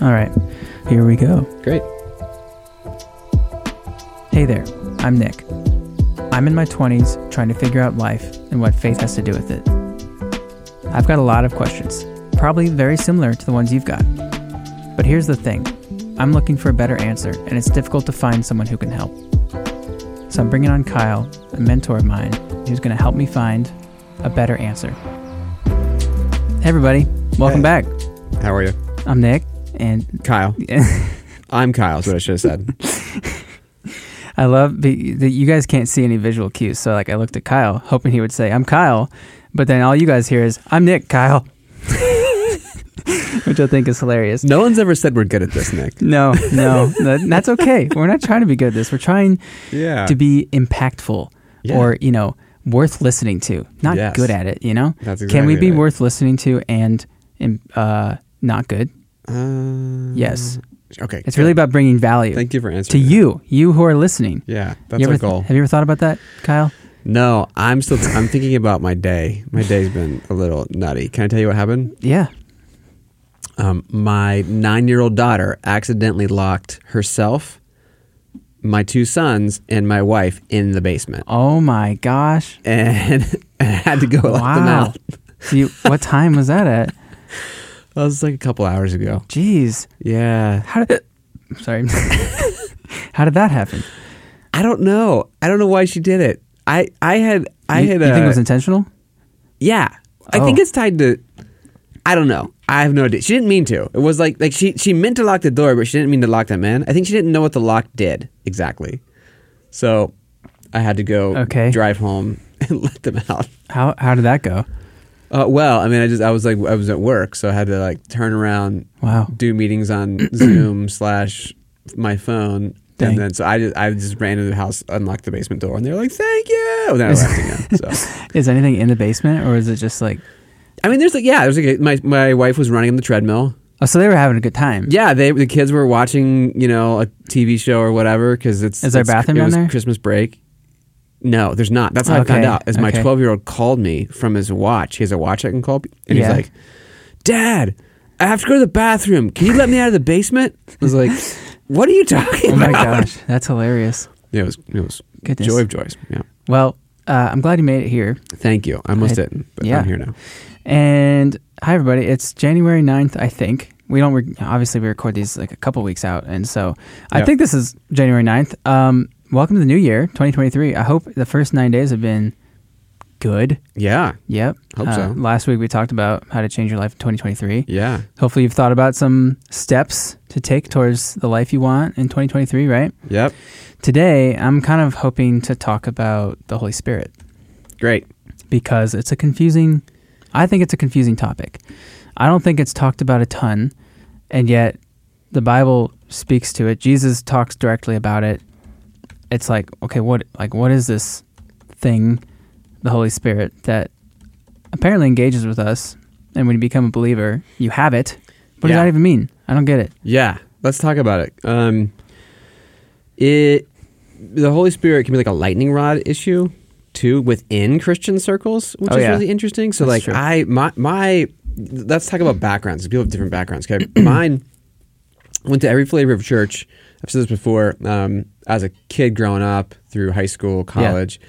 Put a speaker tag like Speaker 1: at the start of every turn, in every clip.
Speaker 1: All right, here we go.
Speaker 2: Great.
Speaker 1: Hey there, I'm Nick. I'm in my 20s trying to figure out life and what faith has to do with it. I've got a lot of questions, probably very similar to the ones you've got. But here's the thing I'm looking for a better answer, and it's difficult to find someone who can help. So I'm bringing on Kyle, a mentor of mine, who's going to help me find a better answer. Hey, everybody, welcome
Speaker 2: Hey.
Speaker 1: back.
Speaker 2: How are you?
Speaker 1: I'm Nick, and
Speaker 2: Kyle. I'm Kyle, is what I should have said.
Speaker 1: I love be- that you guys can't see any visual cues. So like I looked at Kyle, hoping he would say, "I'm Kyle," but then all you guys hear is, "I'm Nick, Kyle," which I think is hilarious.
Speaker 2: No one's ever said we're good at this, Nick.
Speaker 1: No, no, that, that's okay. We're not trying to be good at this. We're trying
Speaker 2: Yeah.
Speaker 1: to be impactful,
Speaker 2: Yeah.
Speaker 1: or you know, worth listening to. Not
Speaker 2: Yes.
Speaker 1: good at it, you know.
Speaker 2: That's
Speaker 1: Can we
Speaker 2: exactly
Speaker 1: be
Speaker 2: right.
Speaker 1: worth listening to and um, uh, not good?
Speaker 2: Uh,
Speaker 1: Yes,
Speaker 2: Okay.
Speaker 1: it's really
Speaker 2: good.
Speaker 1: about bringing value
Speaker 2: Thank you for answering.
Speaker 1: to
Speaker 2: that.
Speaker 1: you, you who are listening.
Speaker 2: Yeah,
Speaker 1: you
Speaker 2: that's
Speaker 1: ever
Speaker 2: our
Speaker 1: th-
Speaker 2: goal.
Speaker 1: Have you ever thought about that, Kyle?
Speaker 2: No, I'm still. I'm thinking about my day. My day's been a little nutty. Can I tell you what happened?
Speaker 1: Yeah.
Speaker 2: Um, my nine-year-old daughter accidentally locked herself, my two sons, and my wife in the basement,
Speaker 1: Oh my gosh.
Speaker 2: and I had to go lock them
Speaker 1: Wow.
Speaker 2: out.
Speaker 1: So you, what time was that at?
Speaker 2: That was like a couple hours ago.
Speaker 1: Jeez.
Speaker 2: Yeah,
Speaker 1: How did Sorry. How did that happen?
Speaker 2: I don't know. I don't know why she did it. I I had I
Speaker 1: you,
Speaker 2: had.
Speaker 1: you think it
Speaker 2: uh,
Speaker 1: was intentional?
Speaker 2: Yeah, I
Speaker 1: Oh.
Speaker 2: think it's tied to. I don't know. I have no idea. She didn't mean to. It was like like she she meant to lock the door, but she didn't mean to lock them in. I think she didn't know what the lock did exactly. So I had to go
Speaker 1: Okay.
Speaker 2: drive home and let them out.
Speaker 1: How how did that go?
Speaker 2: Uh, well, I mean, I just I was like I was at work, so I had to like turn around,
Speaker 1: Wow.
Speaker 2: do meetings on Zoom slash my phone,
Speaker 1: Dang.
Speaker 2: and then so I just I just ran into the house, unlocked the basement door, and they were like, "Thank you," and then I left again. So.
Speaker 1: Is anything in the basement or is it just like
Speaker 2: I mean, there's like yeah, there's like a, my my wife was running on the treadmill.
Speaker 1: Oh, so they were having a good time.
Speaker 2: Yeah, they the kids were watching you know a TV show or whatever because it's
Speaker 1: Is there a
Speaker 2: it's-
Speaker 1: bathroom
Speaker 2: it
Speaker 1: down
Speaker 2: was
Speaker 1: there?
Speaker 2: Christmas break. No, there's not. That's how I
Speaker 1: Okay,
Speaker 2: found out. Is my
Speaker 1: okay.
Speaker 2: 12 year old called me from his watch. He has a watch I can call, and
Speaker 1: Yeah.
Speaker 2: he's like, "Dad, I have to go to the bathroom. Can you let me out of the basement?" I was like, "What are you talking
Speaker 1: Oh
Speaker 2: about?"
Speaker 1: my gosh. That's hilarious.
Speaker 2: Yeah, it was it was
Speaker 1: Goodness.
Speaker 2: joy of joys. Yeah,
Speaker 1: Well, uh, I'm glad you made it here.
Speaker 2: thank you. I almost
Speaker 1: I-
Speaker 2: didn't, but
Speaker 1: yeah.
Speaker 2: I'm here now.
Speaker 1: And hi, everybody. It's January 9th, I think. We don't, re- obviously, we record these like a couple weeks out. And so I
Speaker 2: Yeah.
Speaker 1: think this is January 9th. Um, welcome to the new year, 2023. I hope the first nine days have been good.
Speaker 2: Yeah,
Speaker 1: Yep. Uh,
Speaker 2: Hope so.
Speaker 1: Last week, we talked about how to change your life in 2023.
Speaker 2: yeah,
Speaker 1: Hopefully, you've thought about some steps to take towards the life you want in 2023, right?
Speaker 2: yep.
Speaker 1: Today, I'm kind of hoping to talk about the Holy Spirit
Speaker 2: Great.
Speaker 1: because it's a confusing I think it's a confusing topic. I don't think it's talked about a ton and yet the Bible speaks to it. Jesus talks directly about it. It's like, okay, what like what is this thing, the Holy Spirit that apparently engages with us and when you become a believer, you have it. What does
Speaker 2: Yeah.
Speaker 1: that even mean? I don't get it.
Speaker 2: Yeah, let's talk about it. Um, it the Holy Spirit can be like a lightning rod issue too within Christian circles, which
Speaker 1: Oh,
Speaker 2: is
Speaker 1: yeah.
Speaker 2: really interesting. So
Speaker 1: That's
Speaker 2: like
Speaker 1: true.
Speaker 2: I my my let's talk about backgrounds. People have different backgrounds. Okay, mine went to every flavor of church. I've said this before. Um, as a kid growing up through high school, college.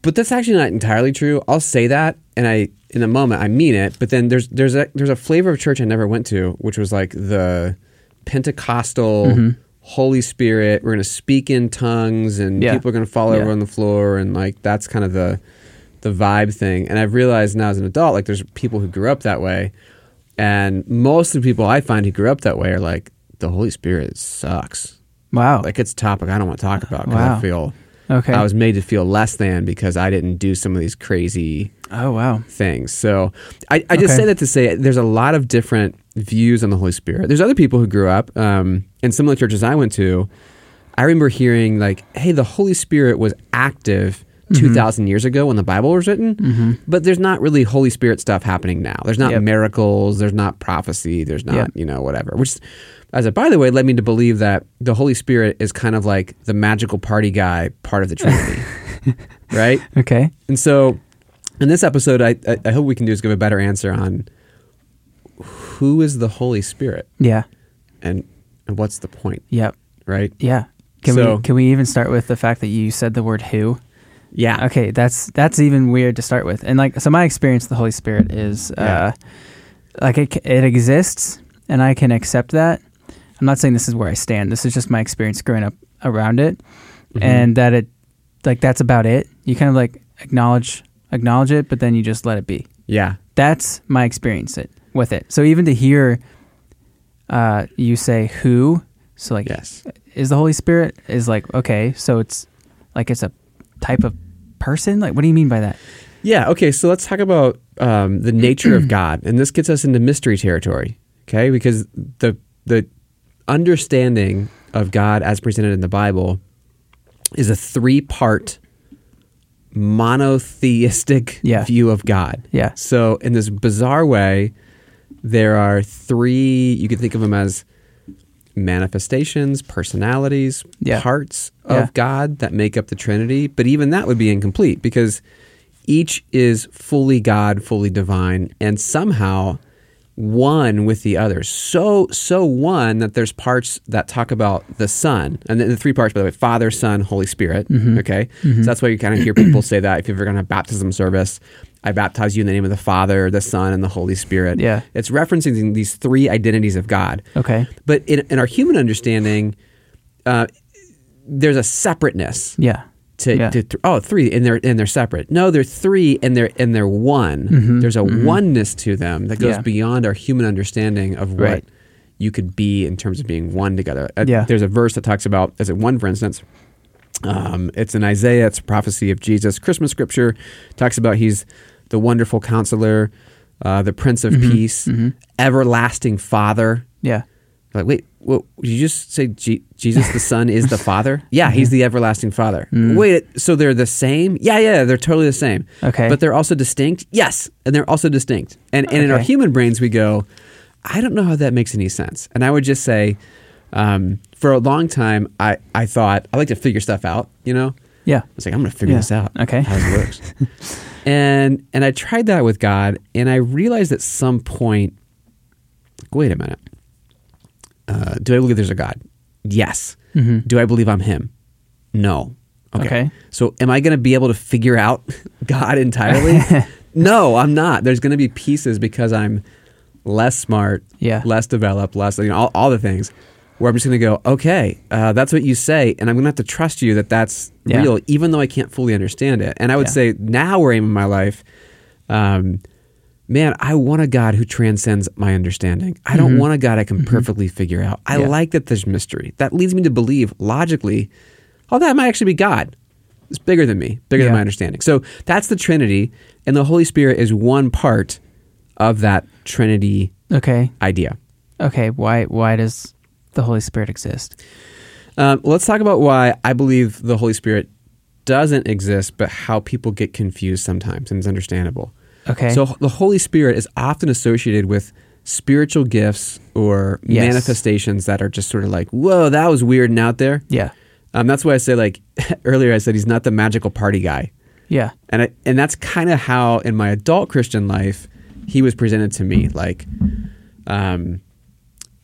Speaker 2: But that's actually not entirely true. I'll say that, and I in a moment I mean it. But then there's there's a there's a flavor of church I never went to, which was like the Pentecostal
Speaker 1: Mm-hmm.
Speaker 2: Holy Spirit. We're gonna speak in tongues, and
Speaker 1: Yeah.
Speaker 2: people are gonna fall over
Speaker 1: Yeah.
Speaker 2: on the floor, and like that's kind of the the vibe thing. And I've realized now as an adult, like there's people who grew up that way, and most of the people I find who grew up that way are like the Holy Spirit sucks.
Speaker 1: Wow.
Speaker 2: Like it's a topic I don't want to talk about because
Speaker 1: Wow.
Speaker 2: I feel
Speaker 1: okay.
Speaker 2: I was made to feel less than because I didn't do some of these crazy
Speaker 1: oh wow.
Speaker 2: things. So I, I just
Speaker 1: Okay.
Speaker 2: say that to say there's a lot of different views on the Holy Spirit. There's other people who grew up um, in some of the churches I went to. I remember hearing like, "Hey, the Holy Spirit was active."
Speaker 1: Mm-hmm.
Speaker 2: 2000 years ago when the bible was written but there's not really holy spirit stuff happening now there's not
Speaker 1: Yep.
Speaker 2: miracles there's not prophecy there's not
Speaker 1: Yep.
Speaker 2: you know whatever which as a by the way led me to believe that the holy spirit is kind of like the magical party guy part of the trinity right
Speaker 1: Okay.
Speaker 2: and so, in this episode, I, I I hope we can do is give a better answer on who is the Holy Spirit
Speaker 1: Yeah.
Speaker 2: and and what's the point,
Speaker 1: Yep.
Speaker 2: right?
Speaker 1: Yeah. Can
Speaker 2: So-
Speaker 1: we can we even start with the fact that you said the word who?
Speaker 2: Yeah.
Speaker 1: Okay, that's that's even weird to start with. And like so my experience with the Holy Spirit is uh
Speaker 2: Yeah.
Speaker 1: like it it exists and I can accept that. I'm not saying this is where I stand. This is just my experience growing up around it
Speaker 2: Mhm.
Speaker 1: and that it like that's about it. You kind of like acknowledge acknowledge it but then you just let it be.
Speaker 2: Yeah.
Speaker 1: That's my experience it, with it. So even to hear uh you say who so like
Speaker 2: Yes.
Speaker 1: is the Holy Spirit is like okay, so it's like it's a type of person. Like, what do you mean by that?
Speaker 2: Yeah. Okay. So let's talk about um, the nature of God, and this gets us into mystery territory. Okay, because the the understanding of God as presented in the Bible is a three part monotheistic
Speaker 1: Yeah.
Speaker 2: view of God.
Speaker 1: Yeah.
Speaker 2: So in this bizarre way, there are three. You can think of them as manifestations, personalities,
Speaker 1: Yeah.
Speaker 2: parts of
Speaker 1: Yeah.
Speaker 2: God that make up the Trinity, but even that would be incomplete because each is fully God, fully divine, and somehow one with the other. So so one that there's parts that talk about the Son, and then the three parts by the way: Father, Son, Holy Spirit.
Speaker 1: Mm-hmm.
Speaker 2: Okay, so that's why you kind of hear people say that if you've ever gonna have baptism service. I baptize you in the name of the Father, the Son, and the Holy Spirit.
Speaker 1: Yeah.
Speaker 2: It's referencing these three identities of God.
Speaker 1: Okay.
Speaker 2: But in, in our human understanding, uh, there's a separateness
Speaker 1: Yeah.
Speaker 2: to,
Speaker 1: Yeah.
Speaker 2: to th- oh three and they're and they're separate. No, they're three and they're and they're one. There's a oneness to them that goes
Speaker 1: Mm-hmm. Yeah.
Speaker 2: beyond our human understanding of what
Speaker 1: Right.
Speaker 2: you could be in terms of being one together. Uh,
Speaker 1: Yeah.
Speaker 2: There's a verse that talks about as it one for instance. Um, it's in Isaiah. It's a prophecy of Jesus. Christmas scripture talks about he's the wonderful counselor, uh, the Prince
Speaker 1: Mm-hmm.
Speaker 2: of Peace, everlasting Father.
Speaker 1: Yeah.
Speaker 2: Like, wait, what, did you just say Je- Jesus the Son is the Father? Yeah, he's
Speaker 1: Mm-hmm.
Speaker 2: the everlasting Father.
Speaker 1: Mm.
Speaker 2: Wait, so they're the same? Yeah, yeah, they're totally the same.
Speaker 1: Okay.
Speaker 2: But they're also distinct? Yes, and they're also distinct. And, and in our
Speaker 1: Okay.
Speaker 2: human brains, we go, I don't know how that makes any sense. And I would just say, um, for a long time, I, I thought, I like to figure stuff out, you know?
Speaker 1: Yeah.
Speaker 2: I was like, I'm going to figure
Speaker 1: Yeah.
Speaker 2: this out.
Speaker 1: Okay.
Speaker 2: How it works. and and I tried that with God, and I realized at some point, like, wait a minute. Uh, do I believe there's a God? Yes. Do I believe I'm Him? No.
Speaker 1: Mm-hmm. Okay.
Speaker 2: So am I going to be able to figure out God entirely? no, I'm not. There's going to be pieces because I'm less smart,
Speaker 1: Yeah.
Speaker 2: less developed, less you know, all, all the things. Where I'm just going to go, okay, uh, that's what you say, and I'm going to have to trust you that that's
Speaker 1: Yeah.
Speaker 2: real, even though I can't fully understand it. And I would
Speaker 1: Yeah.
Speaker 2: say now where I am in my life, um, man, I want a God who transcends my understanding. I don't want a God I can perfectly figure out. I
Speaker 1: Mm-hmm. Yeah.
Speaker 2: like that there's mystery. That leads me to believe logically, oh, that might actually be God. It's bigger than me, bigger
Speaker 1: Yeah.
Speaker 2: than my understanding. So that's the Trinity, and the Holy Spirit is one part of that Trinity
Speaker 1: Okay.
Speaker 2: idea.
Speaker 1: Okay. Why? Why does the Holy Spirit exist?
Speaker 2: Um, let's talk about why I believe the Holy Spirit doesn't exist, but how people get confused sometimes, and it's understandable.
Speaker 1: Okay.
Speaker 2: So the Holy Spirit is often associated with spiritual gifts or
Speaker 1: Yes.
Speaker 2: manifestations that are just sort of like, whoa, that was weird and out there.
Speaker 1: Yeah.
Speaker 2: Um, that's why I say, like, earlier I said he's not the magical party guy.
Speaker 1: Yeah.
Speaker 2: And I, and that's kind of how in my adult Christian life he was presented to me. Like, um,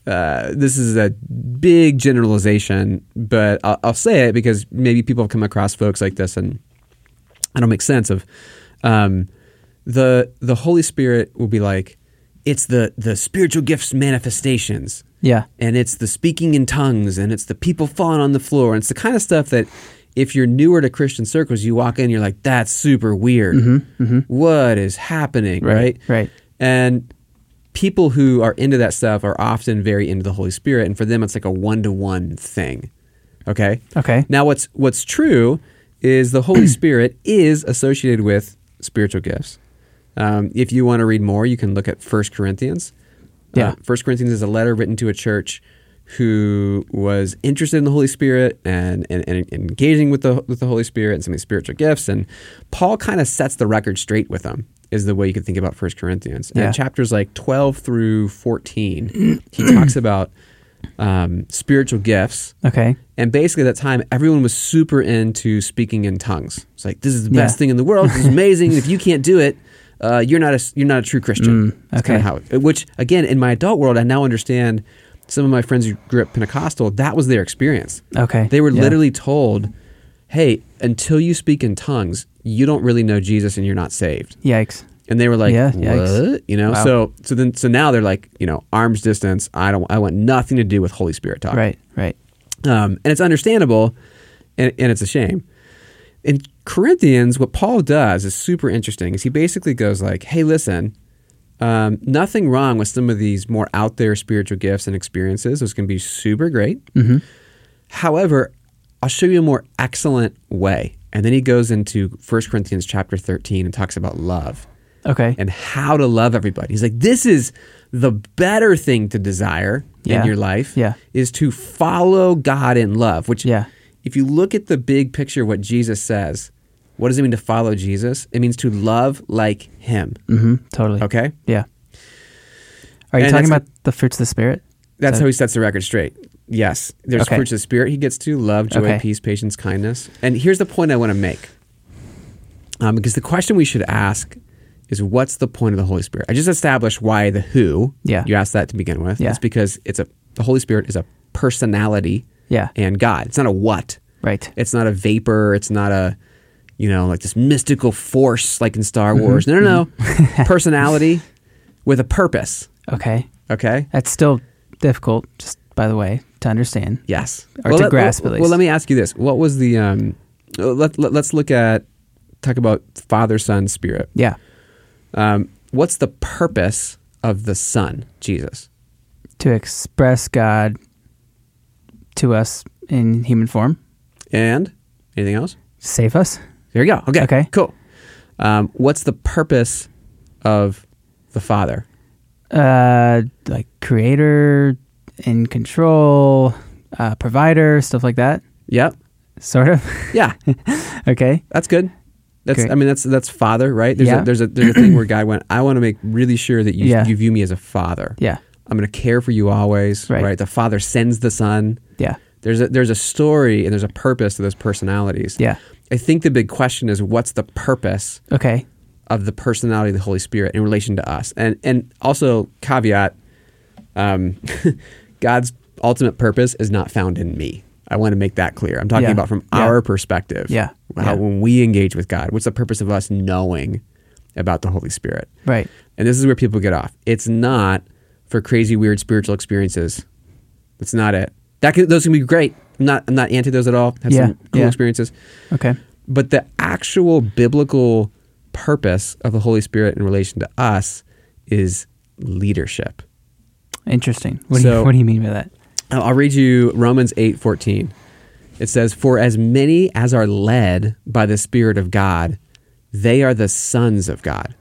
Speaker 2: uh, this is a big generalization, but I'll, I'll say it because maybe people have come across folks like this, and I don't make sense of um, the the Holy Spirit will be like, it's the the spiritual gifts manifestations
Speaker 1: Yeah.
Speaker 2: and it's the speaking in tongues and it's the people falling on the floor and it's the kind of stuff that if you're newer to christian circles you walk in you're like that's super weird What is happening
Speaker 1: Mm-hmm, Right,
Speaker 2: right
Speaker 1: right.
Speaker 2: and people who are into that stuff are often very into the holy spirit and for them it's like a one-to-one thing okay
Speaker 1: Okay.
Speaker 2: now what's what's true is the holy spirit is associated with spiritual gifts um, if you want to read more you can look at 1 corinthians Uh,
Speaker 1: Yeah.
Speaker 2: First Corinthians is a letter written to a church who was interested in the Holy Spirit and, and, and engaging with the with the Holy Spirit and some of these spiritual gifts. And Paul kind of sets the record straight with them is the way you can think about First Corinthians. And
Speaker 1: Yeah.
Speaker 2: chapters like twelve through fourteen, he talks about um, spiritual gifts.
Speaker 1: Okay.
Speaker 2: And basically, at that time, everyone was super into speaking in tongues. It's like, this is the
Speaker 1: Yeah.
Speaker 2: best thing in the world. This is amazing. if you can't do it, uh, "You're not a you're not a true Christian."
Speaker 1: Mm,
Speaker 2: That's kinda
Speaker 1: okay.
Speaker 2: how it- which again, in my adult world, I now understand. Some of my friends who grew up Pentecostal, that was their experience.
Speaker 1: Okay.
Speaker 2: They were
Speaker 1: Yeah.
Speaker 2: literally told, "Hey, until you speak in tongues, you don't really know Jesus and you're not saved."
Speaker 1: Yikes.
Speaker 2: And they were like,
Speaker 1: Yeah, yikes.
Speaker 2: "What?" You know.
Speaker 1: Wow.
Speaker 2: So so then so now they're like, you know, arms distance. I don't. I want nothing to do with Holy Spirit talk.
Speaker 1: Right. Right.
Speaker 2: Um, and it's understandable, and, and it's a shame. In Corinthians, what Paul does is super interesting. Is he basically goes like, "Hey, listen, um, nothing wrong with some of these more out there spiritual gifts and experiences. Those can be super great. However, I'll show you a more excellent way." And then he goes into 1 Corinthians chapter 13 and talks about love
Speaker 1: Okay.
Speaker 2: and how to love everybody. He's like, this is the better thing to desire
Speaker 1: Yeah.
Speaker 2: in your life
Speaker 1: Yeah.
Speaker 2: is to follow God in love, which
Speaker 1: Yeah.
Speaker 2: if you look at the big picture of what Jesus says, what does it mean to follow Jesus? It means to love like him.
Speaker 1: hmm Totally.
Speaker 2: Okay?
Speaker 1: Yeah. Are you
Speaker 2: And
Speaker 1: talking
Speaker 2: that's-
Speaker 1: about the fruits of the spirit?
Speaker 2: That's
Speaker 1: So-
Speaker 2: how he sets the record straight. Yes. There's
Speaker 1: Okay.
Speaker 2: fruits of the spirit he gets to love, joy,
Speaker 1: Okay.
Speaker 2: peace, patience, kindness. And here's the point I want to make. Um, because the question we should ask is what's the point of the Holy Spirit? I just established why the who.
Speaker 1: Yeah.
Speaker 2: You asked that to begin with.
Speaker 1: Yeah.
Speaker 2: It's because it's a the Holy Spirit is a personality
Speaker 1: Yeah.
Speaker 2: and God. It's not a what.
Speaker 1: Right.
Speaker 2: It's not a vapor. It's not a, you know, like this mystical force like in Star
Speaker 1: Mm-hmm.
Speaker 2: Wars. No, no, no. personality with a purpose.
Speaker 1: Okay.
Speaker 2: Okay.
Speaker 1: That's still difficult, just by the way, to understand.
Speaker 2: Yes.
Speaker 1: Or to
Speaker 2: let-
Speaker 1: grasp,
Speaker 2: well,
Speaker 1: at least.
Speaker 2: Well, let me ask you this. What was the, um, let, let, us look at, talk about Father, Son, Spirit.
Speaker 1: Yeah.
Speaker 2: Um, what's the purpose of the Son, Jesus?
Speaker 1: To express God to us in human form,
Speaker 2: And anything else?
Speaker 1: save us.
Speaker 2: There you go. Okay.
Speaker 1: Okay.
Speaker 2: Cool. Um, what's the purpose of the Father?
Speaker 1: Uh, like creator, in control, uh, provider, stuff like that.
Speaker 2: Yep.
Speaker 1: Sort of.
Speaker 2: Yeah.
Speaker 1: okay.
Speaker 2: That's good. That's
Speaker 1: Great.
Speaker 2: I mean that's that's father, right? There's
Speaker 1: Yeah.
Speaker 2: a there's a there's a thing where God went, I want to make really sure that you
Speaker 1: Yeah.
Speaker 2: you view me as a father.
Speaker 1: Yeah.
Speaker 2: I'm gonna care for you always.
Speaker 1: Right.
Speaker 2: Right. The father sends the son.
Speaker 1: Yeah.
Speaker 2: There's a there's a story and there's a purpose to those personalities.
Speaker 1: Yeah.
Speaker 2: I think the big question is what's the purpose
Speaker 1: Okay.
Speaker 2: of the personality of the Holy Spirit in relation to us? And and also caveat, um, God's ultimate purpose is not found in me. I want to make that clear. I'm talking
Speaker 1: Yeah.
Speaker 2: about from
Speaker 1: Yeah.
Speaker 2: our perspective.
Speaker 1: Yeah. Yeah.
Speaker 2: How when we engage with God, what's the purpose of us knowing about the Holy Spirit?
Speaker 1: Right.
Speaker 2: And this is where people get off. It's not for crazy, weird spiritual experiences. That's not it. That can, those can be great. I'm not I'm not anti those at all. Have
Speaker 1: Yeah.
Speaker 2: some cool
Speaker 1: Yeah.
Speaker 2: experiences
Speaker 1: Okay.
Speaker 2: but the actual biblical purpose of the Holy Spirit in relation to us is leadership.
Speaker 1: Interesting. What, do you,
Speaker 2: So-
Speaker 1: what do you mean by that?
Speaker 2: I'll I'll read you Romans 8 14. It says, For as many as are led by the Spirit of God, they are the sons of God.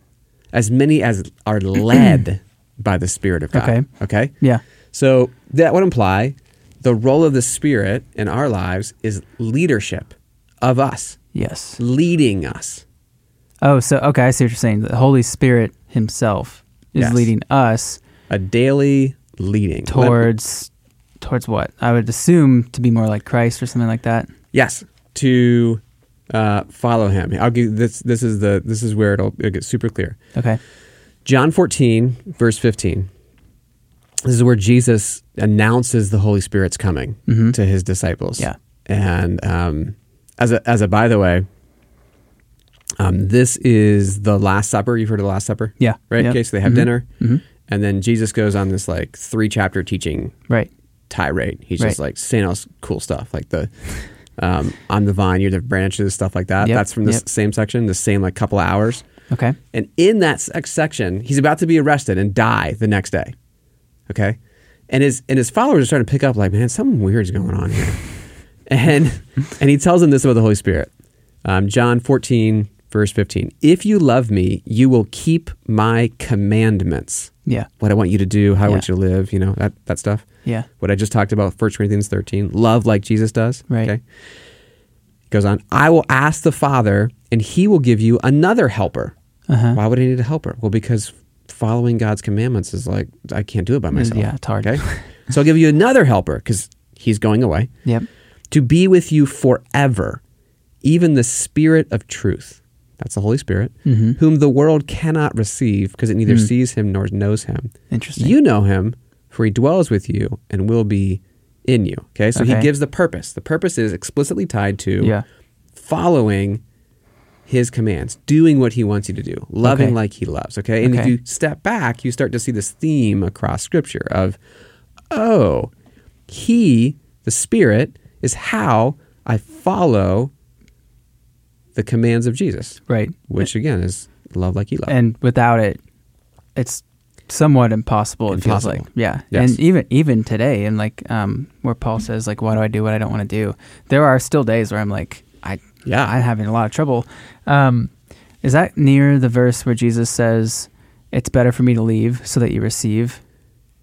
Speaker 2: As many as are led by the Spirit of God.
Speaker 1: Okay.
Speaker 2: Okay.
Speaker 1: Yeah.
Speaker 2: So that would imply the role of the Spirit in our lives is leadership of us,
Speaker 1: Yes.
Speaker 2: leading us.
Speaker 1: Oh, so okay, I see what you're saying. The Holy Spirit Himself is
Speaker 2: Yes.
Speaker 1: leading us
Speaker 2: a daily leading Let-
Speaker 1: towards towards what I would assume to be more like Christ or something like that.
Speaker 2: yes to uh, follow him i'll give this this is the this is where it'll, it'll get super clear
Speaker 1: Okay.
Speaker 2: john 14 verse 15 this is where jesus announces the holy spirit's coming to his disciples
Speaker 1: Mm-hmm. Yeah.
Speaker 2: and um, as a as a by the way um, this is the last supper you've heard of the last supper
Speaker 1: Yeah.
Speaker 2: right
Speaker 1: Yeah. Mm-hmm.
Speaker 2: okay so they have dinner and then jesus goes on this like three chapter teaching
Speaker 1: Right.
Speaker 2: tirade. He's just
Speaker 1: Right.
Speaker 2: like saying all this cool stuff, like the um, "I'm the vine, you're the branches," stuff like that.
Speaker 1: Yep,
Speaker 2: That's from this
Speaker 1: yep.
Speaker 2: same section, the same like couple of hours.
Speaker 1: Okay.
Speaker 2: And in that sec- section, he's about to be arrested and die the next day. Okay, and his and his followers are starting to pick up, like, man, something weird's going on here. and and he tells them this about the Holy Spirit, um, John 14 verse 15. If you love me, you will keep my commandments.
Speaker 1: Yeah.
Speaker 2: What I want you to do, how I
Speaker 1: Yeah.
Speaker 2: want you to live, you know that that stuff
Speaker 1: Yeah.
Speaker 2: what I just talked about, 1 Corinthians 13, love like Jesus does.
Speaker 1: Right.
Speaker 2: He goes on, I will ask the Father, and he will give you another helper.
Speaker 1: Uh-huh.
Speaker 2: Why would I need a helper? Well, because following God's commandments is like, I can't do it by myself.
Speaker 1: Mm, yeah, it's hard.
Speaker 2: Okay? so I'll give you another helper because he's going away
Speaker 1: Yep.
Speaker 2: to be with you forever, even the Spirit of truth. That's the Holy Spirit,
Speaker 1: Mm-hmm.
Speaker 2: whom the world cannot receive because it neither
Speaker 1: Hmm.
Speaker 2: sees him nor knows him.
Speaker 1: Interesting.
Speaker 2: You know him, for he dwells with you and will be in you. Okay, so
Speaker 1: Okay.
Speaker 2: he gives the purpose. The purpose is explicitly tied to
Speaker 1: yeah.
Speaker 2: following his commands, doing what he wants you to do, loving
Speaker 1: Okay.
Speaker 2: like he loves. Okay. And
Speaker 1: Okay.
Speaker 2: if you step back, you start to see this theme across scripture of, oh, he, the Spirit, is how I follow the commands of Jesus,
Speaker 1: Right.
Speaker 2: which again is love like he loves.
Speaker 1: And without it, it's somewhat impossible. It feels like.
Speaker 2: Impossible.
Speaker 1: Yeah.
Speaker 2: Yes.
Speaker 1: And even even today, and like um, where Paul says, like, why do I do what I don't want to do? There are still days where I'm like, I
Speaker 2: Yeah.
Speaker 1: I'm having a lot of trouble. Um, is that near the verse where Jesus says, "It's better for me to leave so that you receive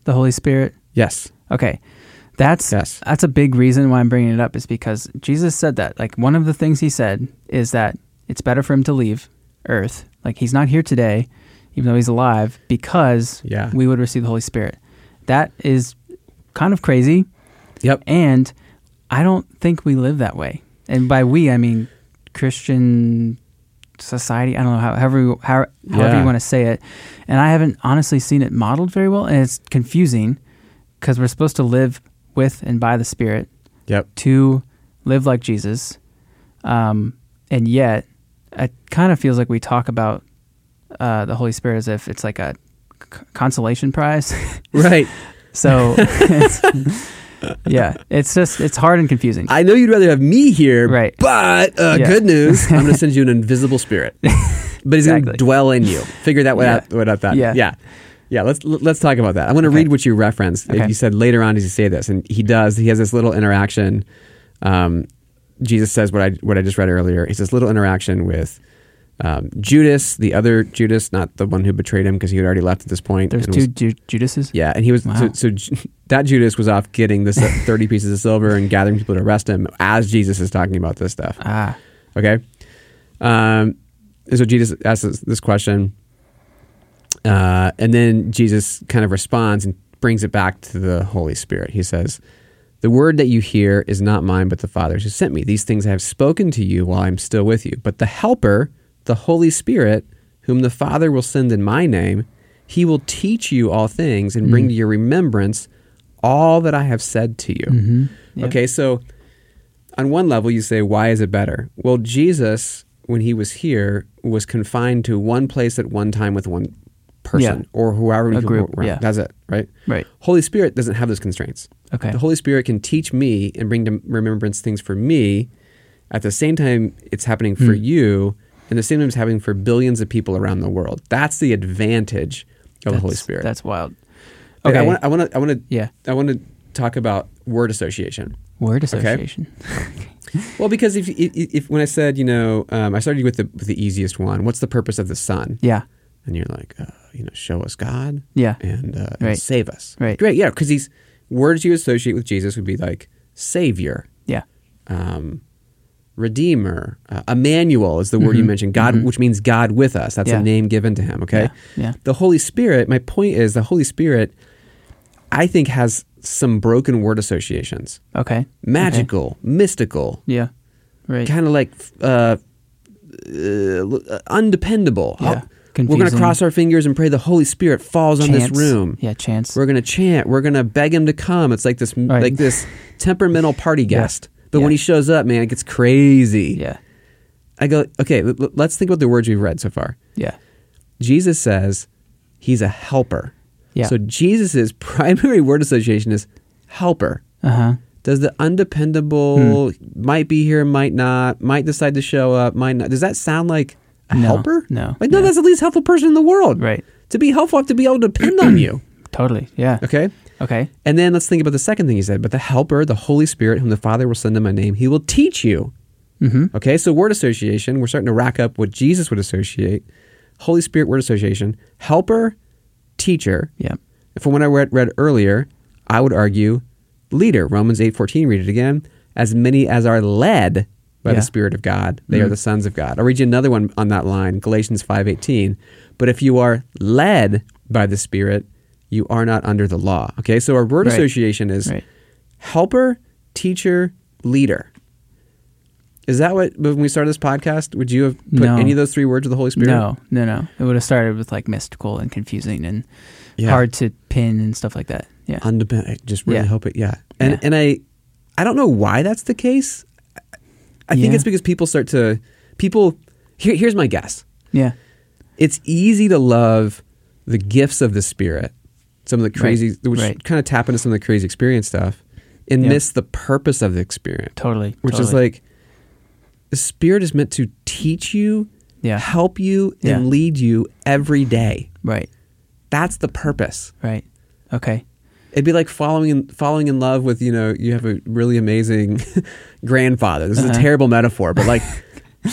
Speaker 1: the Holy Spirit"?
Speaker 2: yes.
Speaker 1: Okay. That's
Speaker 2: Yes.
Speaker 1: that's a big reason why I'm bringing it up is because Jesus said that. Like one of the things he said is that it's better for him to leave earth. Like he's not here today even though he's alive because
Speaker 2: Yeah.
Speaker 1: we would receive the Holy Spirit. That is kind of crazy
Speaker 2: Yep.
Speaker 1: and I don't think we live that way. And by we, I mean Christian society. I don't know how, however, you- how, however
Speaker 2: Yeah.
Speaker 1: you want to say it. And I haven't honestly seen it modeled very well, and it's confusing because we're supposed to live with and by the Spirit
Speaker 2: Yep.
Speaker 1: to live like Jesus, um, and yet it kind of feels like we talk about uh, the Holy Spirit as if it's like a c- consolation prize.
Speaker 2: Right.
Speaker 1: So, it's, yeah, it's just it's hard and confusing.
Speaker 2: I know you'd rather have me here,
Speaker 1: Right.
Speaker 2: But uh,
Speaker 1: Yeah.
Speaker 2: good news, I'm going to send you an invisible spirit, but he's going
Speaker 1: Exactly.
Speaker 2: to dwell in you. Figure that one
Speaker 1: Yeah.
Speaker 2: out. What out that?
Speaker 1: Yeah.
Speaker 2: yeah, yeah. Let's let's talk about that. I want to
Speaker 1: Okay.
Speaker 2: read what you referenced.
Speaker 1: Okay.
Speaker 2: You said later on, does he say this? And he does. He has this little interaction. Um, Jesus says what I what I just read earlier. It's this little interaction with. Um, Judas, the other Judas, not the one who betrayed him, because he had already left at this point.
Speaker 1: There's
Speaker 2: and
Speaker 1: two
Speaker 2: was-
Speaker 1: Ju- Judases.
Speaker 2: yeah, and he was
Speaker 1: Wow.
Speaker 2: so, so Ju- that Judas was off getting this uh, thirty pieces of silver and gathering people to arrest him as Jesus is talking about this stuff.
Speaker 1: Ah,
Speaker 2: Okay, um, and so Jesus asks this, this question, uh, and then Jesus kind of responds and brings it back to the Holy Spirit. He says, "The word that you hear is not mine, but the Father's who sent me. These things I have spoken to you while I'm still with you. But the Helper, the Holy Spirit, whom the Father will send in my name." He will teach you all things and bring to your remembrance all that I have said to you.
Speaker 1: Yeah.
Speaker 2: Okay, so on one level, you say, why is it better? Well, Jesus, when he was here, was confined to one place at one time with one person
Speaker 1: Yeah.
Speaker 2: or whoever many
Speaker 1: A
Speaker 2: people
Speaker 1: group,
Speaker 2: were around.
Speaker 1: yeah.
Speaker 2: That's it, right?
Speaker 1: right.
Speaker 2: Holy Spirit doesn't have those constraints.
Speaker 1: Okay.
Speaker 2: The Holy Spirit can teach me and bring to remembrance things for me. At the same time, it's happening for
Speaker 1: Hmm.
Speaker 2: you, and the same time, it's happening for billions of people around the world. That's the advantage of the Holy
Speaker 1: That's-
Speaker 2: Spirit.
Speaker 1: That's wild.
Speaker 2: okay.
Speaker 1: Okay.
Speaker 2: I want. I want to. I want to.
Speaker 1: yeah.
Speaker 2: I want to talk about word association.
Speaker 1: Word association.
Speaker 2: Well, because if, if, if when I said, you know, um, I started with the, with the easiest one. What's the purpose of the sun?
Speaker 1: Yeah.
Speaker 2: And you're like, uh, you know, show us God.
Speaker 1: Yeah.
Speaker 2: And, uh, and
Speaker 1: Right.
Speaker 2: save us.
Speaker 1: Right.
Speaker 2: Great. Yeah. Because these words you associate with Jesus would be like Savior,
Speaker 1: Yeah.
Speaker 2: um, Redeemer, uh, Emmanuel is the word you mentioned. God, which means God with us. That's
Speaker 1: Mm-hmm. Yeah.
Speaker 2: a name given to Him. Okay.
Speaker 1: Yeah, yeah.
Speaker 2: The Holy Spirit. My point is the Holy Spirit. I think has some broken word associations.
Speaker 1: Okay. Okay.
Speaker 2: Magical, mystical,
Speaker 1: Yeah. Right.
Speaker 2: kind of like uh, uh, undependable.
Speaker 1: Yeah.
Speaker 2: We're going to
Speaker 1: Confusing.
Speaker 2: cross our fingers and pray the Holy Spirit falls on this
Speaker 1: Chance.
Speaker 2: room.
Speaker 1: Yeah. Chance.
Speaker 2: We're going to chant. We're going to beg him to come. It's like this,
Speaker 1: Right.
Speaker 2: like this temperamental party
Speaker 1: Yeah.
Speaker 2: guest. But
Speaker 1: Yeah.
Speaker 2: when he shows up, man, it gets crazy.
Speaker 1: yeah.
Speaker 2: I go, okay, l- l- let's think about the words we've read so far.
Speaker 1: Yeah.
Speaker 2: Jesus says he's a helper.
Speaker 1: Yeah.
Speaker 2: So Jesus' primary word association is helper.
Speaker 1: Uh huh.
Speaker 2: Does the undependable
Speaker 1: Hmm.
Speaker 2: might be here, might not, might decide to show up, might not? Does that sound like a
Speaker 1: No,
Speaker 2: helper?
Speaker 1: no,
Speaker 2: like no,
Speaker 1: no.
Speaker 2: that's the least helpful person in the world.
Speaker 1: Right.
Speaker 2: To be helpful, I have to be able to depend on you.
Speaker 1: Totally. Yeah.
Speaker 2: Okay.
Speaker 1: Okay.
Speaker 2: And then let's think about the second thing he said. But the Helper, the Holy Spirit, whom the Father will send in my name, He will teach you.
Speaker 1: Mm-hmm.
Speaker 2: Okay. So word association, we're starting to rack up what Jesus would associate. Holy Spirit word association, Helper, teacher.
Speaker 1: Yeah.
Speaker 2: From what I read, read earlier, I would argue leader. Romans 8:14 read it again. As many as are led by
Speaker 1: Yeah. Mm-hmm.
Speaker 2: the Spirit of God, they are the sons of God. I'll read you another one on that line, Galatians 5:18. But if you are led by the Spirit, you are not under the law. Okay? So our word
Speaker 1: Right.
Speaker 2: association is
Speaker 1: Right.
Speaker 2: helper, teacher, leader. Is that what when we started this podcast? Would you have put
Speaker 1: No.
Speaker 2: any of those three words of the Holy Spirit?
Speaker 1: No, no, no. It would have started with like mystical and confusing and
Speaker 2: Yeah. Uh,
Speaker 1: hard to pin and stuff like that. Yeah.
Speaker 2: Undepend- I just really
Speaker 1: Yeah.
Speaker 2: hope it. Yeah. And
Speaker 1: Yeah.
Speaker 2: and I I don't know why that's the case. I- I think
Speaker 1: Yeah.
Speaker 2: it's because people start to people. Here, here's my guess.
Speaker 1: Yeah.
Speaker 2: It's easy to love the gifts of the Spirit, some of the crazy, which
Speaker 1: right.
Speaker 2: kind of tap into some of the crazy experience stuff, and
Speaker 1: Yeah.
Speaker 2: miss the purpose of the experience.
Speaker 1: Totally.
Speaker 2: which is
Speaker 1: totally.
Speaker 2: like the spirit is meant to teach you
Speaker 1: Yeah.
Speaker 2: help you
Speaker 1: Yeah.
Speaker 2: and lead you every day
Speaker 1: Right.
Speaker 2: that's the purpose
Speaker 1: Right. Okay.
Speaker 2: it'd be like following in, following in love with you know you have a really amazing grandfather this is a
Speaker 1: Uh-huh.
Speaker 2: terrible metaphor but like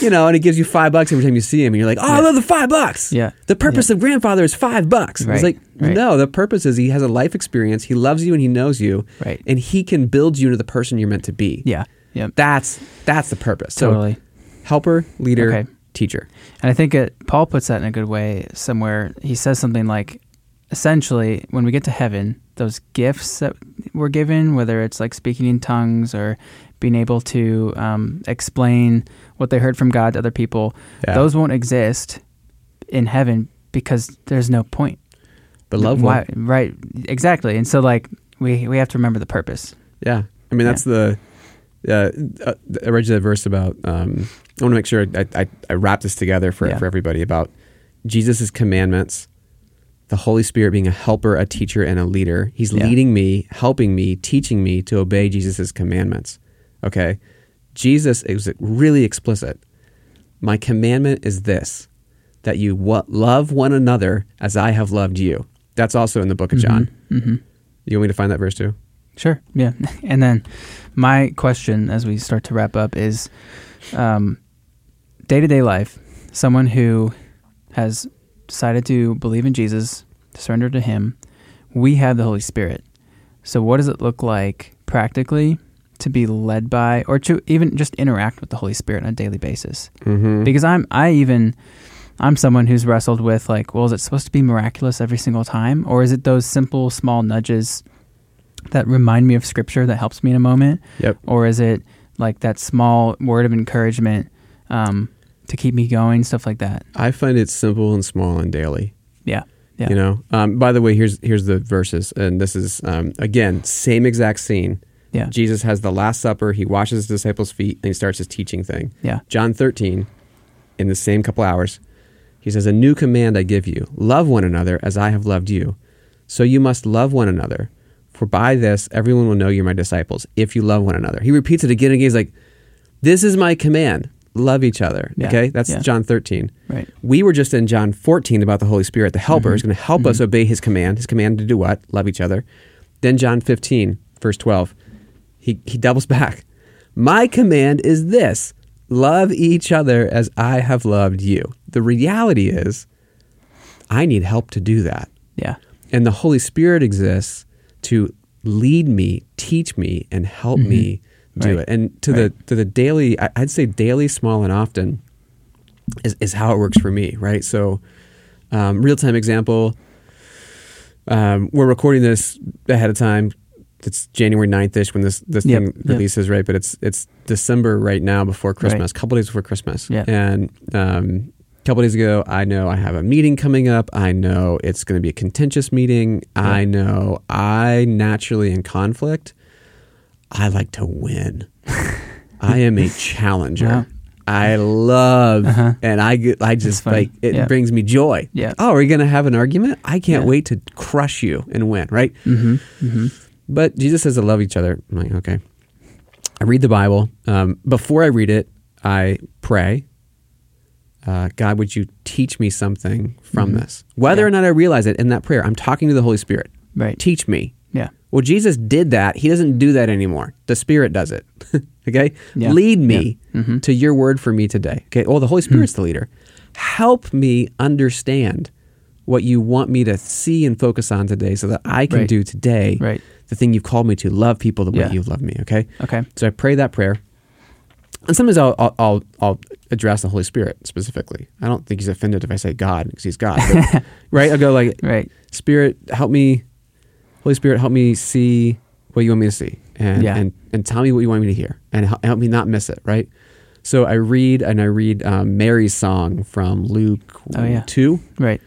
Speaker 2: you know and he gives you five bucks every time you see him and you're like oh i
Speaker 1: Yeah.
Speaker 2: love the five bucks
Speaker 1: Yeah.
Speaker 2: the purpose of grandfather is five bucks
Speaker 1: Right.
Speaker 2: it's like
Speaker 1: Right.
Speaker 2: no the purpose is he has a life experience he loves you and he knows you
Speaker 1: Right.
Speaker 2: and he can build you into the person you're meant to be
Speaker 1: Yeah. Yeah.
Speaker 2: that's that's the purpose So
Speaker 1: totally.
Speaker 2: helper, leader,
Speaker 1: Okay.
Speaker 2: teacher.
Speaker 1: And I think it, Paul puts that in a good way somewhere. He says something like, essentially, when we get to heaven, those gifts that we're given, whether it's like speaking in tongues or being able to um, explain what they heard from God to other people,
Speaker 2: Yeah.
Speaker 1: those won't exist in heaven because there's no point.
Speaker 2: The love
Speaker 1: Why,
Speaker 2: one.
Speaker 1: right? Exactly. And so, like, we we have to remember the purpose.
Speaker 2: Yeah. I mean, that's the. Uh, uh, I read you that verse about. Um, I want to make sure I, I, I wrap this together for,
Speaker 1: Yeah.
Speaker 2: for everybody about Jesus' commandments, the Holy Spirit being a helper, a teacher, and a leader. He's
Speaker 1: Yeah.
Speaker 2: leading me, helping me, teaching me to obey Jesus' commandments. Okay. Jesus is really explicit. My commandment is this that you wa- love one another as I have loved you. That's also in the book of John.
Speaker 1: Mm-hmm.
Speaker 2: You want me to find that verse too?
Speaker 1: Sure. Yeah. And then my question as we start to wrap up is um, day to day life, someone who has decided to believe in Jesus, to surrender to Him, we have the Holy Spirit. So, what does it look like practically to be led by or to even just interact with the Holy Spirit on a daily basis?
Speaker 2: Mm-hmm.
Speaker 1: because I'm I even I'm someone who's wrestled with like, well, is it supposed to be miraculous every single time, or is it those simple small nudges that remind me of Scripture that helps me in a moment,
Speaker 2: Yep.
Speaker 1: or is it like that small word of encouragement um, to keep me going, stuff like that?
Speaker 2: I find it simple and small and daily.
Speaker 1: Yeah, yeah,
Speaker 2: You know. Um, by the way, here's here's the verses, and this is um, again same exact scene.
Speaker 1: yeah,
Speaker 2: Jesus has the Last Supper. He washes his disciples' feet, and he starts his teaching thing.
Speaker 1: yeah,
Speaker 2: John 13, in the same couple hours, he says, "A new command I give you: love one another as I have loved you. So you must love one another. For by this everyone will know you're my disciples if you love one another." He repeats it again and again. He's like, "This is my command: love each other."
Speaker 1: Yeah,
Speaker 2: Okay, that's
Speaker 1: yeah.
Speaker 2: John 13.
Speaker 1: right, Mm-hmm.
Speaker 2: We were just in John 14 about the Holy Spirit, the helper, is going to help us obey his command, his command to do what? Love each other. Then John 15, verse 12, he, he doubles back. My command is this love each other as I have loved you. The reality is, I need help to do that.
Speaker 1: yeah,
Speaker 2: And the Holy Spirit exists to lead me, teach me, and help me do
Speaker 1: Mm-hmm. Right.
Speaker 2: it. And to the to the daily, I- I'd say daily, small and often, is is how it works for me. Right. So, um, real time example. Um, we're recording this ahead of time. It's January 9th ish when this this
Speaker 1: Yep,
Speaker 2: thing
Speaker 1: yep.
Speaker 2: releases, right? But it's it's December right now before Christmas, a couple days before Christmas.
Speaker 1: Yeah.
Speaker 2: And um, a couple days ago, I know I have a meeting coming up. I know it's going to be a contentious meeting. I know I naturally in conflict. I like to win. I am a challenger.
Speaker 1: Wow.
Speaker 2: I love,
Speaker 1: Uh-huh.
Speaker 2: and I get, I just
Speaker 1: funny.
Speaker 2: like it
Speaker 1: Yeah.
Speaker 2: brings me joy.
Speaker 1: Yeah.
Speaker 2: Oh, are we gonna have an argument? I can't
Speaker 1: Yeah.
Speaker 2: wait to crush you and win. Right.
Speaker 1: mm-hmm, mm-hmm,
Speaker 2: But Jesus says to love each other. I'm like, okay. I read the Bible. Um, before I read it, I pray. Uh, God, would you teach me something from
Speaker 1: Mhm.
Speaker 2: this? Whether
Speaker 1: Yeah.
Speaker 2: or not I realize it in that prayer, I'm talking to the Holy Spirit.
Speaker 1: right,
Speaker 2: Teach me.
Speaker 1: yeah,
Speaker 2: Well, Jesus did that. He doesn't do that anymore. The Spirit does it. okay?
Speaker 1: Yeah.
Speaker 2: Lead me
Speaker 1: Yeah. Hmm. Mhm.
Speaker 2: to your word for me today. Okay? Well, the Holy Spirit's the leader. Help me understand what you want me to see and focus on today so that I can
Speaker 1: Right.
Speaker 2: do today
Speaker 1: Right.
Speaker 2: the thing you've called me to love people the way
Speaker 1: Yeah.
Speaker 2: you've loved me. Okay?
Speaker 1: okay,
Speaker 2: So I pray that prayer. And sometimes I'll, I'll, I'll, I'll address the Holy Spirit specifically. I don't think he's offended if I say God because he's God. but- right? I'll go like,
Speaker 1: right,
Speaker 2: Spirit, help me. Holy Spirit, help me see what you want me to see, and
Speaker 1: Yeah.
Speaker 2: and, and tell me what you want me to hear, and hel- help me not miss it. Right? So I read and I read um, Mary's song from Luke
Speaker 1: Oh, yeah.
Speaker 2: 2.
Speaker 1: Right.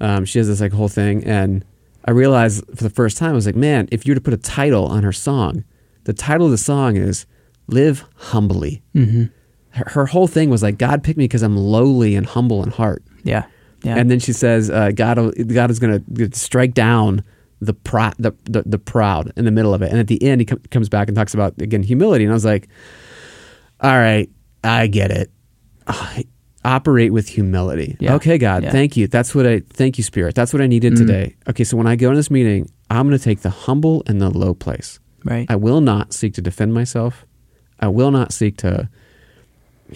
Speaker 2: Um, she has this like whole thing, and I realized for the first time I was like, man, if you were to put a title on her song, the title of the song is "Live Humbly." Mm-hmm. Her, her whole thing was like, God picked me because I'm lowly and humble in heart,
Speaker 1: Yeah. Yeah.
Speaker 2: and then she says, uh, God, will- God is going to strike down the, pro- the the the proud in the middle of it, and at the end he com- comes back and talks about again humility, and I was like, all right, I get it. Operate with humility.
Speaker 1: Yeah.
Speaker 2: Okay, God,
Speaker 1: Yeah. Mm-hmm.
Speaker 2: thank you. That's what I thank you, Spirit. That's what I needed today. Okay, so when I go in this meeting, I'm going to take the humble and the low place.
Speaker 1: right.
Speaker 2: I will not seek to defend myself. I will not seek to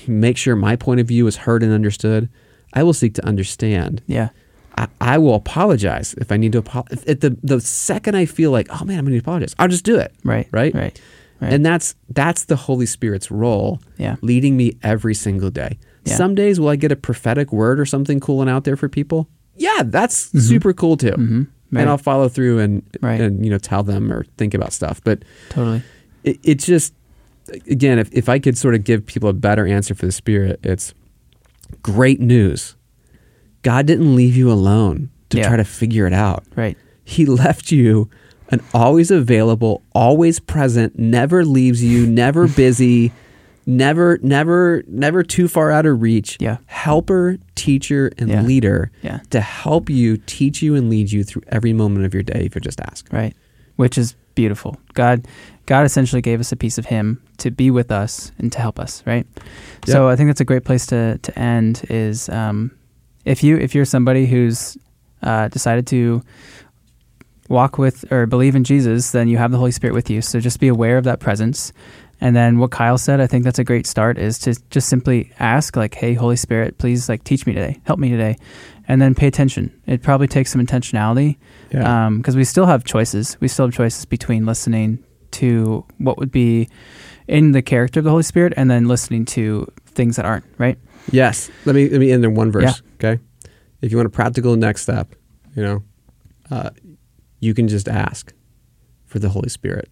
Speaker 2: make sure my point of view is heard and understood. I will seek to understand.
Speaker 1: yeah.
Speaker 2: I, I will apologize if I need to apologize. At the the second I feel like, oh man, I'm going to apologize, I'll just do it.
Speaker 1: Right.
Speaker 2: Right.
Speaker 1: Right. Right.
Speaker 2: And that's that's the Holy Spirit's role,
Speaker 1: Yeah.
Speaker 2: leading me every single day.
Speaker 1: Yeah.
Speaker 2: Some days will I get a prophetic word or something cool and out there for people. Yeah, that's super cool too.
Speaker 1: Mm-hmm. Right.
Speaker 2: And I'll follow through and
Speaker 1: Right.
Speaker 2: and you know tell them or think about stuff. But
Speaker 1: totally.
Speaker 2: it, it's just again if, if i could sort of give people a better answer for the spirit it's great news god didn't leave you alone to
Speaker 1: Yeah.
Speaker 2: try to figure it out
Speaker 1: Right.
Speaker 2: he left you an always available always present never leaves you never busy never never never too far out of reach
Speaker 1: Yeah.
Speaker 2: helper teacher and
Speaker 1: Yeah.
Speaker 2: leader
Speaker 1: Yeah.
Speaker 2: to help you teach you and lead you through every moment of your day if you just ask
Speaker 1: Right. Which is beautiful. God God essentially gave us a piece of him to be with us and to help us, right? So I think that's a great place to to end is um if you if you're somebody who's uh, decided to walk with or believe in Jesus, then you have the Holy Spirit with you. So just be aware of that presence. And then what Kyle said, I think that's a great start is to just simply ask like, "Hey, Holy Spirit, please like teach me today. Help me today." And then pay attention. It probably takes some intentionality
Speaker 2: Yeah.
Speaker 1: because we still have choices. We still have choices between listening to what would be in the character of the Holy Spirit and then listening to things that aren't, right?
Speaker 2: Yes. Let me let me end in one verse. Okay. If you want a practical next step, you know, uh, you can just ask for the Holy Spirit.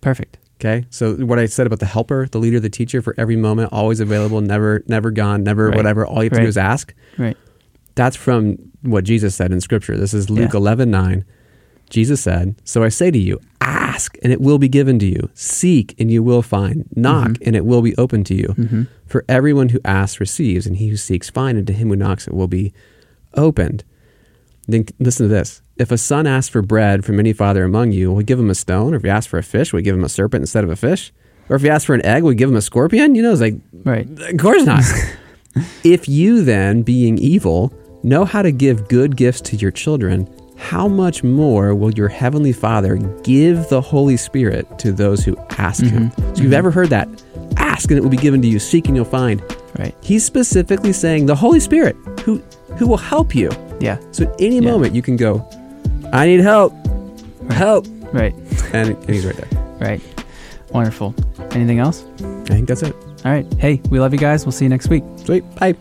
Speaker 1: Perfect.
Speaker 2: Okay. So what I said about the helper, the leader, the teacher for every moment, always available, never never gone, never
Speaker 1: Right.
Speaker 2: whatever. All you have to
Speaker 1: Right.
Speaker 2: do is ask.
Speaker 1: Right.
Speaker 2: That's from what Jesus said in Scripture. This is Luke
Speaker 1: Yeah.
Speaker 2: eleven nine. Jesus said, "So I say to you, ask and it will be given to you. Seek and you will find. Knock and it will be opened to you. For everyone who asks receives, and he who seeks finds, and to him who knocks it will be opened." Then listen to this. If a son asks for bread from any father among you, will we give him a stone? Or if he asks for a fish, will we give him a serpent instead of a fish? Or if he asks for an egg, will we give him a scorpion? You know, it's like
Speaker 1: Right.
Speaker 2: of course not. if you then, being evil, know how to give good gifts to your children, how much more will your heavenly Father give the Holy Spirit to those who ask him? So if you've ever heard that, ask and it will be given to you, seek and you'll find.
Speaker 1: Right.
Speaker 2: He's specifically saying the Holy Spirit who who will help you.
Speaker 1: Yeah.
Speaker 2: So at any moment you can go, I need help. Help.
Speaker 1: Right.
Speaker 2: And, and he's right there.
Speaker 1: Right. Wonderful. Anything else?
Speaker 2: I think that's it.
Speaker 1: All right. Hey, we love you guys. We'll see you next week.
Speaker 2: Sweet. Bye.